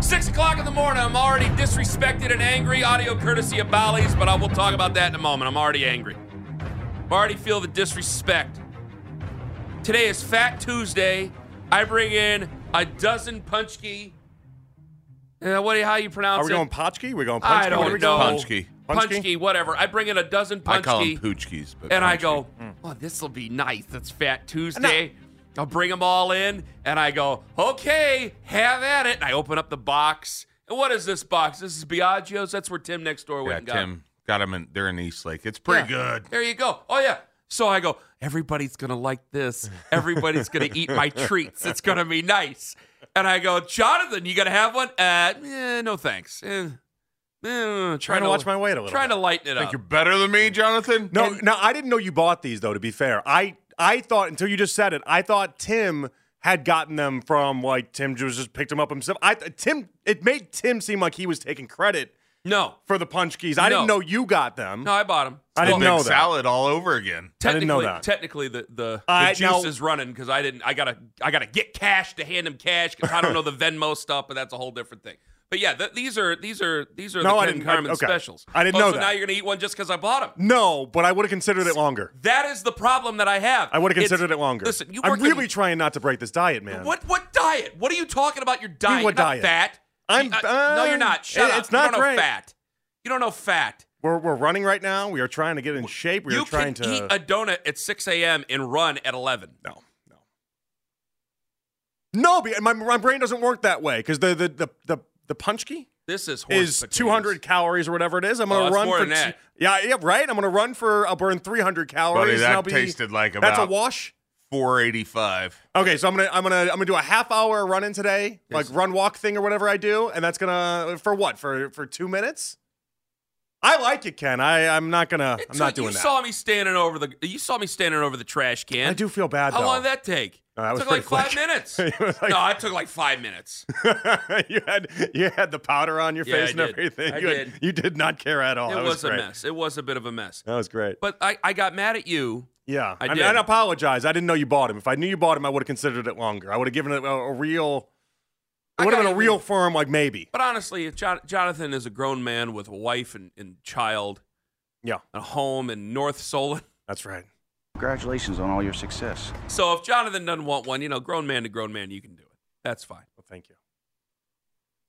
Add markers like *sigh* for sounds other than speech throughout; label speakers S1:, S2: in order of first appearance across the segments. S1: Six o'clock in the morning. I'm already disrespected and angry. Audio courtesy of Bally's, but I will talk about that in a moment. I'm already angry. I already feel the disrespect. Today is Fat Tuesday. I bring in a dozen punchki. Uh, what? do you- How you pronounce
S2: Are we
S1: it?
S2: going Potchki? we going Punchki?
S1: I
S2: What are
S1: don't
S2: we
S1: know.
S2: doing?
S3: Punchki.
S2: Punchki?
S1: Punchki, whatever. I bring in a dozen punchki.
S3: I call them poochkies, but
S1: and I
S3: punchki.
S1: go,
S2: Mm.
S1: "Oh, this will be nice. It's Fat Tuesday." I'll bring them all in, and I go, "Okay, have at it." And I open up the box, and what is this box? This is Biagio's. That's where Tim next door went
S3: yeah,
S1: and got 'em.
S3: Tim got them in. They're in Eastlake. It's pretty
S1: Yeah.
S3: good.
S1: There you go. Oh yeah. So I go, everybody's gonna like this. Everybody's
S2: *laughs*
S1: gonna eat my treats. It's gonna be nice. And I go, Jonathan, you gonna have one? Uh, eh, no thanks. Eh, eh,
S2: Trying to watch my weight a little
S1: Trying
S2: bit.
S1: to lighten it
S3: Think
S1: up.
S3: you're better than me, Jonathan?
S2: No, no, I didn't know you bought these though. To be fair, I I thought until you just said it, I thought Tim had gotten them from like Tim just just picked them up himself. I Tim, it made Tim seem like he was taking credit
S1: No,
S2: for the punch keys. I didn't
S1: No.
S2: know you got them.
S1: no, I bought them.
S2: I didn't
S3: Big
S2: know that.
S3: salad all over again.
S2: I didn't know
S1: Technically,
S2: that.
S1: technically, the the,
S2: All
S1: the
S2: right,
S1: juice
S2: now-
S1: is running because I didn't. I gotta I gotta get cash to hand him cash because I don't
S2: *laughs*
S1: know the Venmo stuff, but that's a whole different thing. But yeah, th these are these are these are
S2: No,
S1: the
S2: I
S1: Ken
S2: didn't- I-
S1: Carmen
S2: okay.
S1: specials.
S2: I didn't
S1: oh,
S2: know
S1: so
S2: that.
S1: now you're gonna eat one just because I bought them.
S2: No, but I would have considered it longer.
S1: That is the problem that I have.
S2: I would have considered
S1: It's-
S2: it longer.
S1: Listen, you work
S2: I'm
S1: in-
S2: really trying not to break this diet, man.
S1: What what diet? What are you talking about? Your diet?
S2: what
S1: You're
S2: diet?
S1: Not fat.
S2: I'm-
S1: Uh, no, you're
S2: uh,
S1: not. Shut
S2: it-
S1: up.
S2: it's
S1: you
S2: not
S1: don't
S2: great.
S1: know fat. You don't know fat.
S2: We're, we're running right now. We are trying to get in shape. We
S1: you
S2: are trying
S1: can
S2: to.
S1: eat a donut at 6 a.m. and run at 11.
S2: No, no, no. be- My, my brain doesn't work that way because the the the the, the punch key
S1: This is horse
S2: is
S1: potatoes.
S2: 200 calories or whatever it is. I'm
S1: Oh,
S2: gonna
S1: that's
S2: run
S1: more
S2: for
S1: than that.
S2: two- yeah yeah right. I'm gonna run for I'll burn 300 calories.
S3: Buddy,
S2: and
S3: that
S2: I'll be-
S3: tasted like
S2: that's a
S3: about-
S2: wash.
S3: 485.
S2: Okay, so I'm gonna I'm gonna I'm gonna do a half hour run in today, like run walk thing or whatever I do, and that's gonna for what for for two minutes. I like it, Ken. I I'm not gonna I'm
S1: So
S2: not doing
S1: you
S2: that.
S1: saw me standing over the. You saw me standing over the trash can.
S2: I do feel bad.
S1: How
S2: though.
S1: long did that take?
S2: No, that was
S1: took like
S2: pretty
S1: five
S2: quick.
S1: minutes.
S2: *laughs* It was like-
S1: no, it took like five
S2: *laughs*
S1: minutes.
S2: you had you had the powder on your
S1: Yeah,
S2: face
S1: I
S2: and
S1: did.
S2: everything.
S1: I
S2: you, had-
S1: did.
S2: you did not care at all.
S1: it
S2: Oh, that
S1: was,
S2: was,
S1: a
S2: great.
S1: mess. It was a bit of a mess.
S2: That was great.
S1: But I, I got mad at you.
S2: yeah,
S1: I
S2: I, mean,
S1: did.
S2: I apologize. I didn't know you bought him. If I knew you bought him, I would have considered it longer. I would have given it a, a real. It
S1: I
S2: would
S1: gotta
S2: have been a
S1: agree.
S2: real firm, like maybe.
S1: But honestly, if Jon Jonathan is a grown man with a wife and, and child,
S2: Yeah,
S1: a home in North Solon. *laughs*
S2: that's right.
S4: Congratulations on all your success.
S1: So if Jonathan doesn't want one, you know, grown man to grown man, you can do it. That's fine.
S2: Well, thank you.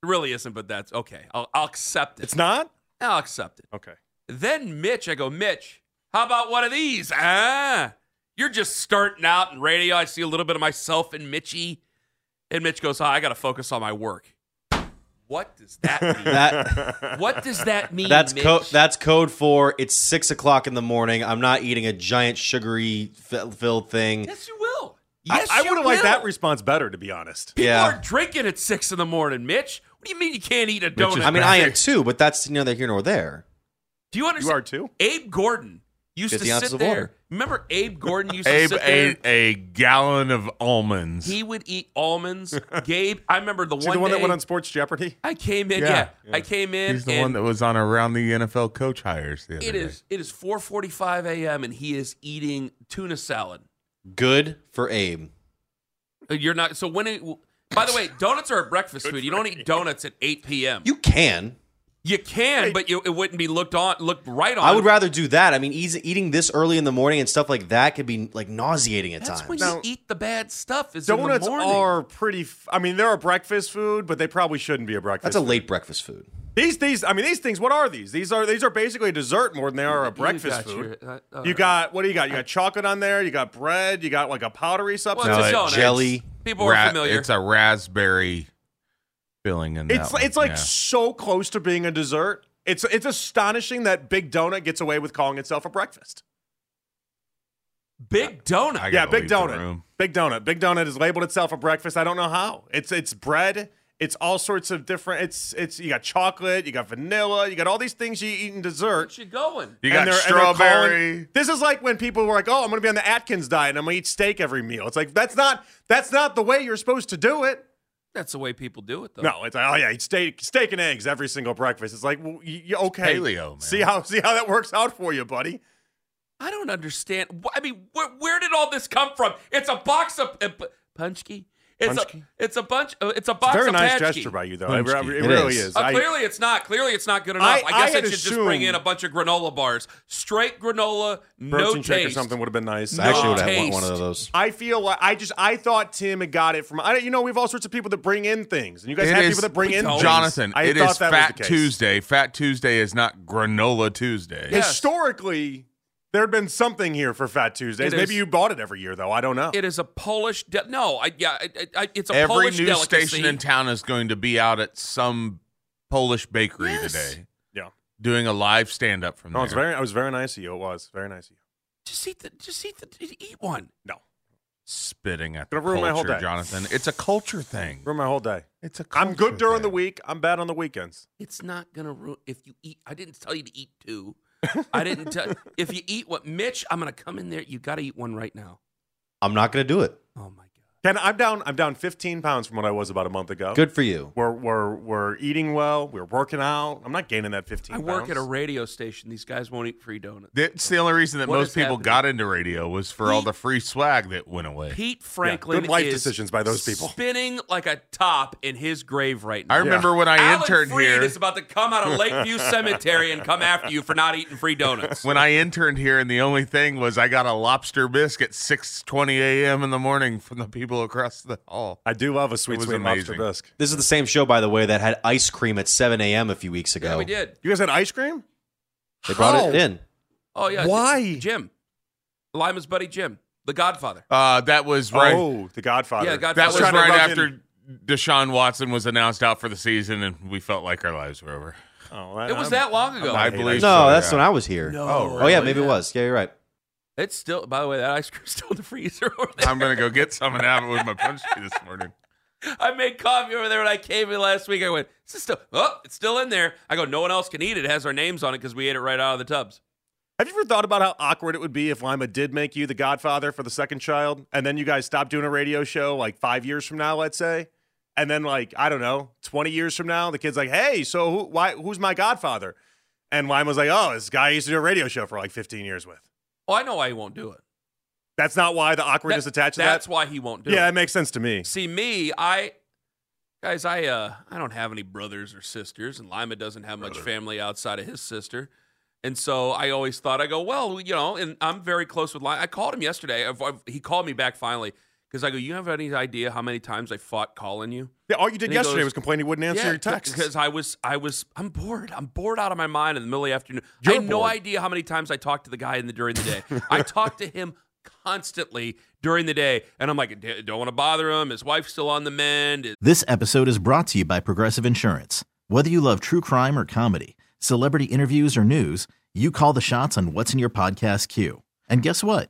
S1: It really isn't, but that's okay. I'll, I'll accept it.
S2: It's not
S1: I'll accept it.
S2: okay.
S1: Then Mitch, I go, Mitch, how about one of these? Ah, you're just starting out in radio. I see a little bit of myself in Mitchy. And Mitch goes, oh, I got to focus on my work. What does
S5: *laughs*
S1: that mean? *laughs*
S5: That-
S1: what does that mean?
S5: That's
S1: Mitch?
S5: code. That's code for it's six o'clock in the morning. I'm not eating a giant sugary fi- filled thing.
S1: Yes, you will.
S2: I-
S1: Yes,
S2: I,
S1: you
S2: would have liked that
S1: will.
S2: response better, to be honest.
S1: People
S5: Yeah.
S1: are drinking at six in the morning, Mitch. What do you mean you can't eat a
S3: Mitch
S1: donut?
S3: is
S5: I mean, I am
S3: Right.
S5: too, but that's neither here nor there.
S1: do you
S2: You
S1: understand?
S2: are too.
S1: Abe Gordon used to
S5: 50 ounces
S1: sit
S5: of
S1: there.
S5: water.
S1: Remember Abe Gordon used to
S3: Abe
S1: sit there.
S3: ate a gallon of almonds.
S1: He would eat
S2: *laughs*
S1: almonds. Gabe, I remember the
S2: See
S1: one
S2: the one
S1: day
S2: that went on Sports Jeopardy.
S1: I came in. Yeah,
S3: Yeah.
S1: I came in.
S3: He's the
S1: and
S3: one that was on around the NFL coach hires the other
S1: it
S3: day.
S1: is. It is 4:45 a.m. and he is eating tuna salad.
S5: Good for Abe.
S1: Uh, You're not. So when? It, by the
S2: *laughs*
S1: way, donuts are a breakfast food. You don't eat donuts at 8 p.m. You,
S5: You can.
S1: can, but you, it wouldn't be looked on looked right on.
S5: I would rather do that. I mean, eas eating this early in the morning and stuff like that could be like nauseating at
S1: That's
S5: times.
S1: when you
S2: Now-
S1: eat the bad stuff. Is in
S2: Donuts
S1: the morning.
S2: are pretty. F- I mean, they're a breakfast food, but they probably shouldn't be a breakfast.
S5: That's a
S2: food.
S5: late breakfast food.
S2: These these I mean these things. What are these? These are these are basically a dessert more than they are a
S1: got
S2: breakfast food.
S1: your- uh, all
S2: you
S1: right.
S2: got what do you got? You got chocolate on there. You got bread. You got like a powdery substance.
S1: Well, it's
S3: No,
S1: donuts.
S5: jelly.
S1: People are
S3: Ra-
S1: familiar.
S3: It's a raspberry filling in that.
S2: It's
S3: one,
S2: it's like
S3: yeah.
S2: so close to being a dessert. It's it's astonishing that Big Donut gets away with calling itself a breakfast.
S1: Big donut.
S3: I
S2: Yeah,
S3: gotta
S2: Big
S3: leave the
S2: Donut.
S3: room.
S2: Big Donut. Big Donut has labeled itself a breakfast. I don't know how. It's it's bread. It's all sorts of different. It's it's you got chocolate. You got vanilla. You got all these things you eat in dessert.
S1: Where's she going?
S3: You got
S2: they're- they're
S3: strawberry.
S2: calling- this is like when people were like, "Oh, I'm going to be on the Atkins diet and I'm going to eat steak every meal." It's like that's not that's not the way you're supposed to do it.
S1: That's the way people do it, though.
S2: No, it's like, oh yeah, eat steak, steak and eggs every single breakfast. It's like, well, you, you- okay,
S3: paleo, man.
S2: See how see how that works out for you, buddy.
S1: I don't understand. Wh- I mean, where, where did all this come from? It's a box of uh, p- punchki. It's
S2: Punchki?
S1: a it's a bunch. Uh, it's a box
S2: Very
S1: of
S2: nice
S1: patchki.
S2: gesture by you, though. It,
S3: Punchki.
S2: re- it
S5: It
S2: really is.
S5: is.
S1: Uh,
S2: I-
S1: clearly, it's not. Clearly, it's not good enough.
S2: I-
S1: I, guess
S2: I
S1: I,
S2: had
S1: should just bring in
S2: assumed-
S1: a bunch of granola bars, straight granola, no
S2: protein
S1: taste.
S2: shake or something would have been nice.
S5: I actually
S1: No
S5: would have want one
S1: taste.
S5: of those.
S2: I feel like I just I thought Tim had got it from I you know we have all sorts of people that bring in things and you guys
S3: It
S2: have
S3: is-
S2: people that bring in
S1: don't.
S2: things.
S3: Jonathan,
S2: I
S3: it
S2: thought
S3: is
S2: that was
S3: Fat
S2: the case.
S3: Tuesday. Fat Tuesday is not granola Tuesday.
S1: Yeah. Yes.
S2: Historically, there had been something here for Fat Tuesdays.
S1: It
S2: Maybe
S1: is-
S2: you bought it every year though. I don't know.
S1: It is a Polish. De- no, I yeah, I, I, I- it's a
S3: Every
S1: Polish
S3: news
S1: delicacy.
S3: station in town is going to be out at some Polish bakery
S1: Yes.
S3: today
S2: yeah.
S3: doing a live stand up from
S2: No,
S3: there.
S2: it's very it was very nice of you. It was very nice of you.
S1: Just eat the. Just eat the. Eat one.
S2: No.
S3: spitting at the
S2: Gonna ruin my whole
S3: culture,
S2: day.
S3: Jonathan. It's a culture thing.
S2: Ruined my whole day.
S3: It's a culture
S2: I'm good during the
S3: thing.
S2: week. I'm bad on the weekends.
S1: It's not gonna ruin if you eat. I didn't tell you to eat two. I didn't
S2: *laughs*
S1: tell if you eat what Mitch. I'm gonna come in there. You got to eat one right now.
S5: I'm not going to do it.
S1: Oh my god.
S2: Ken, I'm down. I'm down 15 pounds from what I was about a month
S1: Oh.
S2: ago.
S5: Good for you.
S2: We're we're we're eating well. We're working out. I'm not gaining that 15.
S1: I work at a
S2: pounds.
S1: radio station. These guys won't eat free donuts.
S3: That's the only reason that
S1: What
S3: most
S1: is
S3: people
S1: happening?
S3: got into radio was for all
S1: He-
S3: the free swag that went away.
S1: Pete Franklin.
S2: good life
S1: is
S2: decisions by those people.
S1: Spinning like a top in his grave right now.
S3: I remember when I
S1: Alan
S3: interned
S1: Freed
S3: here.
S1: is about to come out of
S2: *laughs*
S1: Lakeview Cemetery and come after you for not eating free donuts.
S3: When I interned here, and the only thing was I got a lobster bisque at 6:20 a.m. in the morning from the people across the hall.
S2: I do love a
S3: It
S2: sweet
S3: was
S2: sweet lobster
S3: amazing.
S2: bisque.
S5: This is the same show, by the way, that had ice cream at 7 a.m. a few weeks ago.
S1: Yeah, we did.
S2: You guys had ice cream?
S5: They brought
S2: How?
S5: it in.
S1: Oh yeah.
S2: Why?
S1: Jim? Lima's buddy Jim, the Godfather.
S3: Uh, that was right.
S2: Oh, the Godfather.
S1: Yeah, Godfather.
S3: that
S1: I was
S3: was
S2: trying to
S3: right
S2: rub
S3: after
S2: in-
S3: Deshaun Watson was announced out for the season, and we felt like our lives were over.
S2: Oh, I-
S1: It was
S2: I'm-
S1: that long ago.
S3: I
S2: hate
S3: believe.
S2: ice
S3: so,
S5: No, that's
S3: yeah.
S5: when I was here.
S3: Oh,
S5: Oh, yeah, maybe it was. Yeah, you're right.
S1: It's still. By the way, that ice cream's still in the freezer over there.
S3: I'm gonna go get some and have it with my punch key this morning.
S1: I made coffee over there when I came in last week. I went, "Is this still? Oh, it's still in there." I go, "No one else can eat it. It has our names on it because we ate it right out of the tubs."
S2: Have you ever thought about how awkward it would be if Lima did make you the godfather for the second child, and then you guys stopped doing a radio show like five years from now, let's say, and then like I don't know, twenty years from now, the kid's like, "Hey, so who, why, who's my godfather?" And Lima's like, "Oh, this guy I used to do a radio show for like fifteen years with."
S1: Oh, I know why he won't do it.
S2: That's not why the awkwardness
S1: That-
S2: attached to
S1: That's
S2: that.
S1: why he won't do
S2: yeah,
S1: it.
S2: that makes sense to me.
S1: See me, I guys, I uh, I don't have any brothers or sisters, and Lima doesn't have much family outside of his sister. And so I always thought, I go, well, you know, and I'm very close with Lima. I called him yesterday. I've, I've- he called me back finally because I go, you have any idea how many times I fought calling you?
S2: Yeah, all you did
S1: And he
S2: yesterday
S1: goes,
S2: was complain he wouldn't answer your texts.
S1: because I was, I was, I'm bored. I'm bored out of my mind in the middle of the afternoon. I
S2: You're
S1: had no
S2: bored.
S1: idea how many times I talked to the guy in the during the day.
S2: *laughs*
S1: I talked to him constantly during the day, and I'm like, "D- don't want to bother him. His wife's still on the mend. It-
S6: This episode is brought to you by Progressive Insurance. Whether you love true crime or comedy, celebrity interviews or news, you call the shots on what's in your podcast queue. And guess what?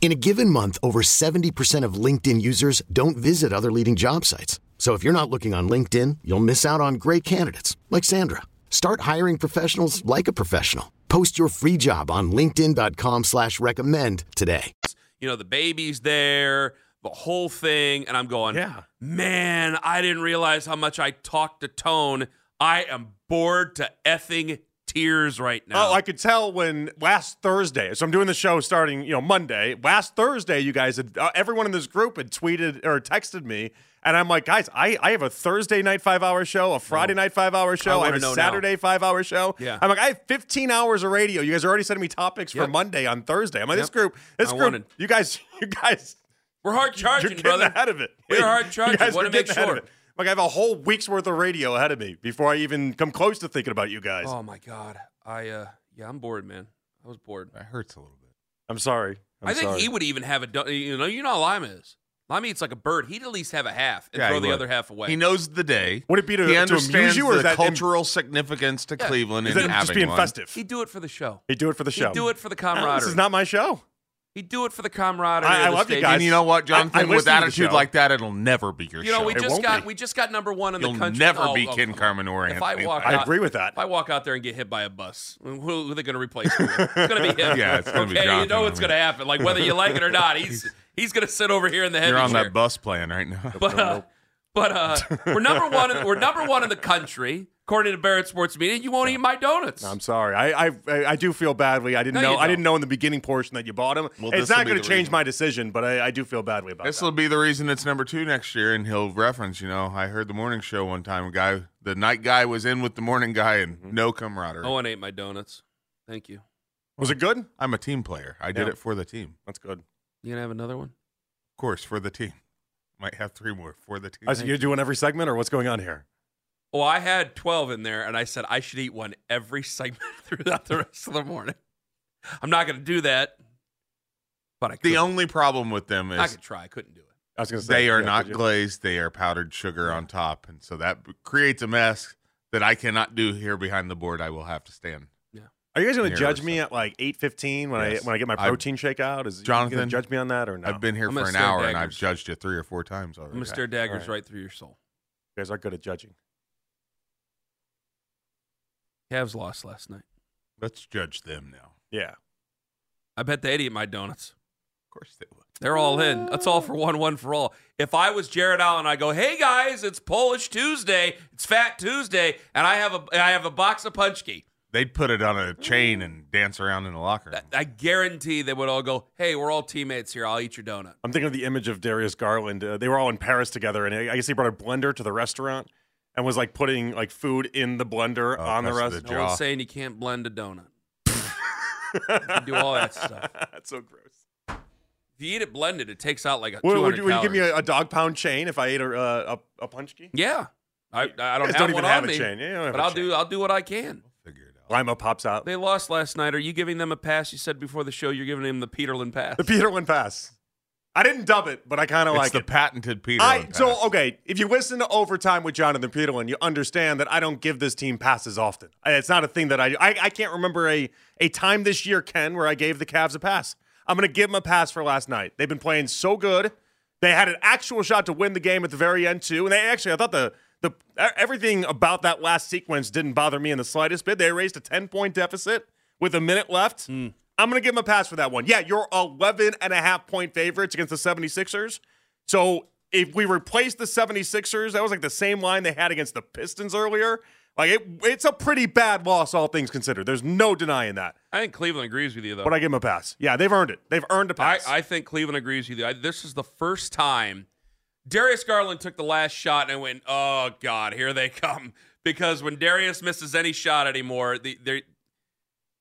S7: In a given month, over 70% of LinkedIn users don't visit other leading job sites. So if you're not looking on LinkedIn, you'll miss out on great candidates like Sandra. Start hiring professionals like a professional. Post your free job on linkedin.com/recommend slash recommend today.
S1: you know, the baby's there, the whole thing. And I'm going,
S2: Yeah.
S1: man, I didn't realize how much I talked to Tone. I am bored to effing tears right now.
S2: Oh, I could tell when last Thursday. So I'm doing the show starting, you know, Monday. Last Thursday, you guys had uh, everyone in this group had tweeted or texted me, and I'm like, guys, I, I have a Thursday night five hour show, a Friday night five hour show, I,
S1: Oh. wanna
S2: have a
S1: know now.
S2: Saturday five hour show.
S1: Yeah.
S2: I'm like, I have 15 hours of radio. You guys are already sending me topics
S1: Yep.
S2: for Monday on Thursday. I'm like, this
S1: Yep.
S2: group, this
S1: I
S2: group,
S1: wanted-
S2: you guys, *laughs* you guys,
S1: We're hard
S2: you're
S1: charging,
S2: getting
S1: brother.
S2: ahead of it.
S1: We're hard
S2: You
S1: charging.
S2: guys
S1: Wanna
S2: are
S1: make
S2: getting ahead of
S1: sure.
S2: it. Like I have a whole week's worth of radio ahead of me before I even come close to thinking about you guys.
S1: Oh my god, I uh, yeah, I'm bored, man. I was bored.
S3: That hurts a little bit.
S2: I'm sorry. I'm
S1: i think
S2: sorry.
S1: he would even have a. do- You know, you know how Lima is. Lima eats like a bird. He'd at least have a half and
S3: Yeah,
S1: throw
S3: he
S1: the
S3: would.
S1: other half away.
S3: He knows the day.
S2: Would it be to-
S3: he
S2: to amuse
S3: understands
S2: you, or
S3: the
S2: is that him-
S3: cultural significance to
S1: Yeah.
S3: Cleveland
S2: Is
S3: and
S2: that him just
S3: having
S2: being
S3: one?
S2: festive?
S1: He'd do it for the show.
S2: He'd do it for the show.
S1: He'd do it for the
S2: No,
S1: camaraderie.
S2: This is not my show.
S1: He'd do it for the camaraderie.
S2: I-
S1: of
S2: I
S1: the
S2: love you
S1: station.
S2: guys.
S3: And you know what,
S2: I- I
S3: Jonathan?
S2: listen
S3: with
S2: to the
S3: attitude
S2: show.
S3: like that, it'll never be your
S1: You know,
S3: show.
S1: we
S2: It
S1: just
S2: won't
S1: got
S2: be.
S1: we just got number one in
S3: You'll
S1: the country.
S3: never
S1: Oh,
S3: be
S1: oh,
S3: Ken
S1: come on.
S3: Carmen or
S1: If I
S3: Anthony
S1: walk,
S3: Lyon.
S1: out,
S2: I agree with that.
S1: If I walk out there and get hit by a bus, who are they going to replace me? with? It's going to
S3: *laughs*
S1: be him.
S3: Yeah, it's gonna be
S1: okay, You
S3: Jonathan,
S1: know
S3: I
S1: it's
S3: mean.
S1: going to happen. Like whether you like it or not,
S3: *laughs*
S1: he's he's going to sit over here in the heavy
S3: You're on
S1: chair.
S3: that bus plan right now.
S1: *laughs* But uh, but uh, we're number one. In, we're number one in the country according to Barrett Sports Media. You won't eat my donuts.
S2: I'm sorry. I, I I I do feel badly. I
S1: No,
S2: didn't
S1: you
S2: know. I
S1: don't.
S2: didn't know in the beginning portion that you bought him.
S3: Well,
S2: it's
S3: this'll
S2: not
S3: be
S2: going to
S3: the
S2: change
S3: reason.
S2: my decision, but I, I do feel badly about
S3: This
S2: that.
S3: will be the reason it's number two next year, and he'll reference. You know, I heard the morning show one time. A guy, the night guy, was in with the morning guy, and
S1: Mm-hmm.
S3: no camaraderie.
S1: no Oh, one ate my donuts. Thank you.
S2: Was it good?
S3: I'm a team player. I did
S2: Yeah.
S3: it for the team,
S2: That's good.
S1: You gonna have another one?
S3: of course, for the team. Might have three more for the team.
S2: I said, you're doing every segment, or what's going on here?
S1: Well, I had 12 in there, and I said I should eat one every *laughs* segment throughout the rest of the morning. I'm not going to do that, but I could.
S3: the only problem with them
S1: I
S3: is
S1: could try. I couldn't do it.
S2: I was going to say
S3: they are
S2: yeah,
S3: not
S2: did you-
S3: glazed. They are powdered sugar on top, and so that b- creates a mess that I cannot do here behind the board. I will have to stand.
S2: Are you guys going to
S3: Here or
S2: judge me at like 8:15 when
S3: Yes.
S2: I when I get my
S3: I've-
S2: protein shake out? Is you gonna
S3: Jonathan,
S2: judge me on that or no?
S3: I've been here
S1: I'm
S3: for
S1: gonna
S3: an
S1: stare
S3: hour, and I've
S1: daggers.
S3: judged you three or four times
S1: I'm
S3: already.
S1: going to stare daggers
S2: All
S1: right.
S2: right.
S1: through your soul.
S2: You guys are good at judging.
S1: Cavs lost last night.
S3: Let's judge them now. Of
S2: Yeah.
S1: I bet they'd eat my donuts.
S3: course they would.
S1: They're all in. That's all for one, one for all. If I was Jared Allen, I go, "Hey guys, it's Polish Tuesday. It's Fat Tuesday, and I have a I have a box of punchki."
S3: They'd put it on a chain and dance around in the locker room.
S1: I- I guarantee they would all go, "Hey, we're all teammates here. I'll eat your donut."
S2: I'm thinking of the image of Darius Garland. Uh, they were all in Paris together, and I guess he brought a blender to the restaurant and was like putting like food in the blender
S3: Oh,
S2: on the
S3: that's
S2: rest.
S3: the
S1: No
S3: Jaw.
S1: one's saying you can't blend a
S2: *laughs*
S1: donut. you can do all that stuff.
S2: That's so gross.
S1: If you eat it blended, it takes out
S3: Uh,
S1: like a
S2: Would,
S1: 200
S2: would you, would you give me
S1: calories.
S2: a, a dog pound chain if I ate a uh, a, a punch key?
S1: Yeah, I, I don't,
S2: guys
S1: have
S2: don't even
S1: one
S2: have
S1: on
S2: a
S1: me,
S2: chain. Yeah, you don't have
S1: but
S2: a
S1: I'll
S2: chain.
S1: do. I'll do what I can.
S3: Figure it out.
S2: Lima pops out.
S1: They lost last night. Are you giving them a pass? You said before the show you're giving them the Peterlin pass.
S2: The Peterlin pass. I didn't dub it, but I kind of
S3: it's
S2: like
S3: the
S2: it.
S3: patented Peter.
S2: I so okay. If you listen to overtime with Jonathan Peterlin, you understand that I don't give this team passes often. I- It's not a thing that I I, I can't remember a a time this year, Ken, where I gave the Cavs a pass. I'm gonna give them a pass for last night. They've been playing so good. They had an actual shot to win the game at the very end too, and they actually I thought the the e, everything about that last sequence didn't bother me in the slightest bit. They raised a 10 point deficit with a minute left. I'm going to give them a pass for that one. Yeah, you're 11 and a half point favorites against the 76ers. So if we replace the 76ers, that was like the same line they had against the Pistons earlier. Like it, it's a pretty bad loss, all things considered. There's no denying that.
S1: I think Cleveland agrees with you though.
S2: But I give them a pass. Yeah, they've earned it. They've earned a
S1: I,
S2: pass.
S1: I think Cleveland agrees with you. I, this is the first time Darius Garland took the last shot and I went, oh God, here they *laughs* come. Because when Darius misses any shot anymore, the, there,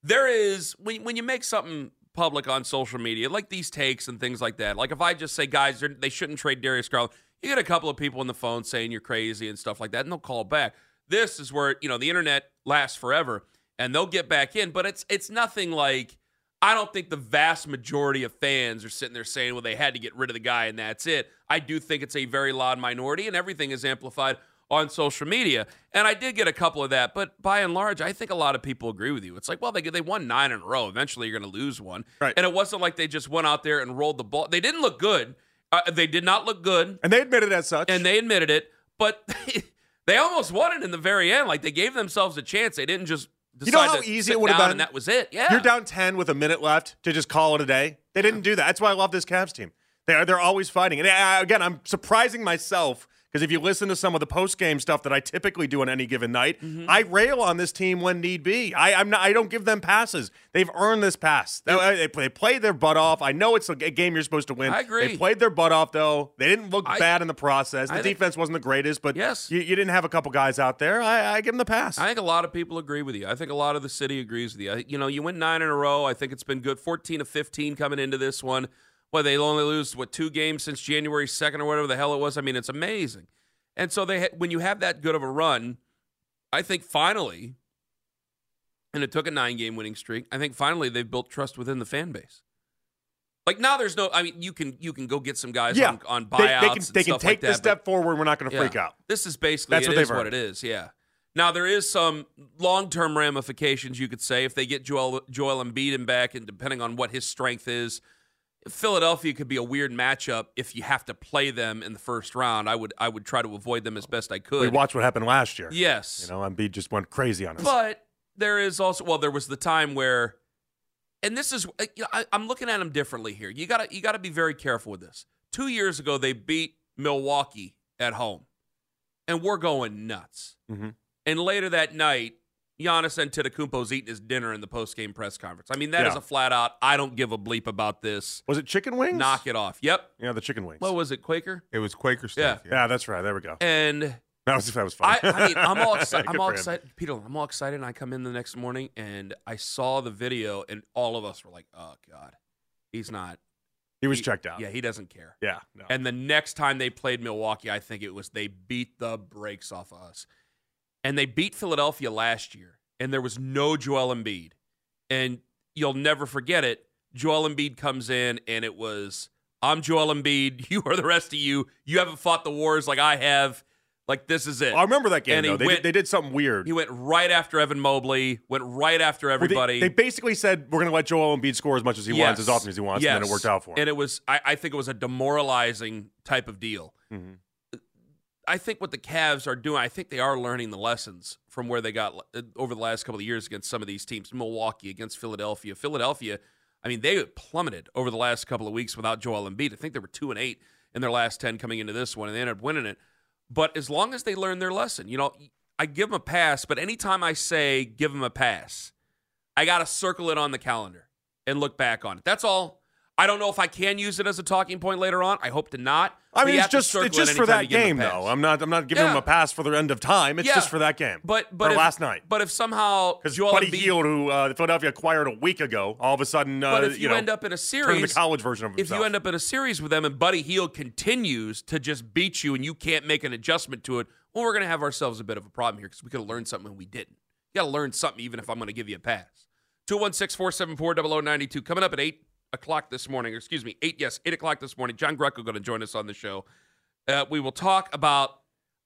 S1: there is when when you make something public on social media, like these takes and things like that. Like if I just say, guys, they're- they shouldn't trade Darius Garland, you get a couple of people on the phone saying you're crazy and stuff like that, and they'll call back. This is where you know the internet lasts forever, and they'll get back in. But it's it's nothing like I don't think the vast majority of fans are sitting there saying, well, they had to get rid of the guy and that's it. I do think it's a very loud minority, and everything is amplified on social media. And I did get a couple of that, but by and large, I think a lot of people agree with you. It's like, well, they they won nine in a row. Eventually, you're going to lose one.
S2: Right.
S1: And it wasn't like they just went out there and rolled the ball. They didn't look good. Uh, they did not look good
S2: And they admitted as such.
S1: and they admitted it, but *laughs* they, they almost won it in the very end. Like they gave themselves a chance. They didn't just decide
S2: know how
S1: to
S2: easy
S1: sit
S2: it would've
S1: down
S2: been?
S1: and that was it. Yeah,
S2: You're down 10 with a minute left to just call it a day. They didn't do that. That's why I love this Cavs team. They are, they're always fighting. And uh, again, I'm surprising myself because if you listen to some of the post game stuff that I typically do on any given night,
S1: Mm-hmm.
S2: I rail on this team when need be. I, I'm not, I don't give them passes. They've earned this pass. They, they, they played their butt off. I know it's a g- game you're supposed to win.
S1: I agree.
S2: They played their butt off, though. They didn't look
S1: I-
S2: bad in the process. The
S1: I think-
S2: defense wasn't the greatest, but
S1: Yes.
S2: you, you didn't have a couple guys out there. I, I give them the pass.
S1: I think a lot of people agree with you. I think a lot of the city agrees with you. I, think- you know, you win nine in a row. I think it's been good. Fourteen to fifteen coming into this one. Well, they only lose what two games since January second or whatever the hell it was. I mean, it's amazing. And so they, ha- when you have that good of a run, I think finally, and it took a nine-game winning streak. I think finally they've built trust within the fan base. Like now, there's no. I mean, you can you can go get some guys on, on buyouts.
S2: They- They, can,
S1: and
S2: they can
S1: stuff
S2: take
S1: like
S2: the
S1: that, but-
S2: step forward. We're not going to freak
S1: yeah.
S2: out.
S1: This is basically
S2: That's
S1: it
S2: what they've
S1: is what it
S2: earned.
S1: is. Yeah. Now there is some long-term ramifications you could say if they get Joel Joel Embiid in back, and depending on what his strength is, Philadelphia could be a weird matchup if you have to play them in the first round. I would I would try to avoid them as best I could.
S2: We watched what happened last year.
S1: yes,
S2: You know, Embiid just went crazy on us.
S1: but there is also well, there was the time where, and this is uh, you know, I, I'm looking at them differently here. You gotta you gotta be very careful with this. Two years ago, they beat Milwaukee at home, and we're going nuts.
S2: Mhm.
S1: And later that night, Giannis Antetokounmpo's eating his dinner in the post game press conference. I mean, that is
S2: Yeah.
S1: a flat out. I don't give a bleep about this.
S2: was it chicken wings?
S1: Knock it off. Yep.
S2: Yeah, the chicken wings.
S1: What was it, Quaker?
S3: It was Quaker stuff.
S2: yeah, that's right. There we go.
S1: And
S2: That was that was fun. *laughs*
S1: I, I mean, I'm all excited.
S2: Good
S1: I'm all
S2: for him.
S1: excited, Peter. I'm all excited, and I come in the next morning and I saw the video, and all of us were like, "Oh God, he's not."
S2: He was checked out.
S1: Yeah, he doesn't care.
S2: Yeah. no.
S1: And the next time they played Milwaukee, I think it was they beat the brakes off of us, and they beat Philadelphia last year, and there was no Joel Embiid, and you'll never forget it. Joel Embiid comes in, and it was, "I'm Joel Embiid. *laughs* You are the rest of you. You haven't fought the wars like I have. Like this is it."
S2: I remember that game
S1: And he
S2: though. They,
S1: went-
S2: did, they did something weird.
S1: He went right after Evan Mobley, went right after
S2: Well, they-
S1: everybody.
S2: They, basically said we're going to let Joel Embiid score as much as he wants, as
S1: Yes.
S2: often as he wants, and then
S1: Yes.
S2: it worked out for him.
S1: And it was, I, I think it was a demoralizing type of deal.
S2: Mhm.
S1: I think what the Cavs are doing, I think they are learning the lessons from where they got uh, over the last couple of years against some of these teams Milwaukee, against Philadelphia. Philadelphia, I mean, they plummeted over the last couple of weeks without Joel Embiid. I think they were 2 and 8 in their last 10 coming into this one, and they ended up winning it. But as long as they learn their lesson, you know, I give them a pass, but anytime I say give them a pass, I got to circle it on the calendar and look back on it. That's all. I don't know if I can use it as a talking point later on. I hope to not.
S2: I
S1: But
S2: mean,
S1: you
S2: it's
S1: have to
S2: just
S1: circle
S2: it's
S1: it
S2: just for
S1: anytime
S2: that
S1: you give 'em a
S2: game
S1: pass.
S2: though. I'm not I'm not giving
S1: Yeah.
S2: him a pass for the end of time. It's
S1: Yeah.
S2: just for that game.
S1: But but
S2: Or
S1: if-
S2: last night.
S1: But if somehow
S2: because
S1: Joel
S2: Buddy
S1: Embiid,
S2: Hield, who uh, Philadelphia acquired a week ago, all of a sudden, uh,
S1: but if you,
S2: know,
S1: end up in a
S2: turned into
S1: series,
S2: the college version of
S1: if
S2: himself.
S1: you end up in a series with them and Buddy Hield continues to just beat you and you can't make an adjustment to it, well, we're going to have ourselves a bit of a problem here because we could have learned something and we didn't. You got to learn something even if I'm going to give you a pass. 216 474 0092. Coming up at 8 o'clock this morning, excuse me, 8, yes, 8 o'clock this morning. John Greco going to join us on the show. Uh, we will talk about.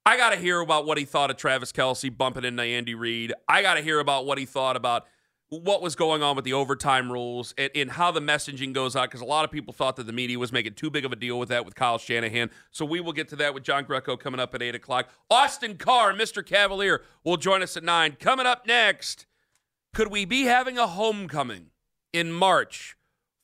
S1: I got to hear about what he thought of Travis Kelsey bumping into Andy Reid. I got to hear about what he thought about what was going on with the overtime rules and, and how the messaging goes out because a lot of people thought that the media was making too big of a deal with that with Kyle Shanahan. So we will get to that with John Greco coming up at 8 o'clock. Austin Carr, Mr. Cavalier, will join us at 9. Coming up next, could we be having a homecoming in March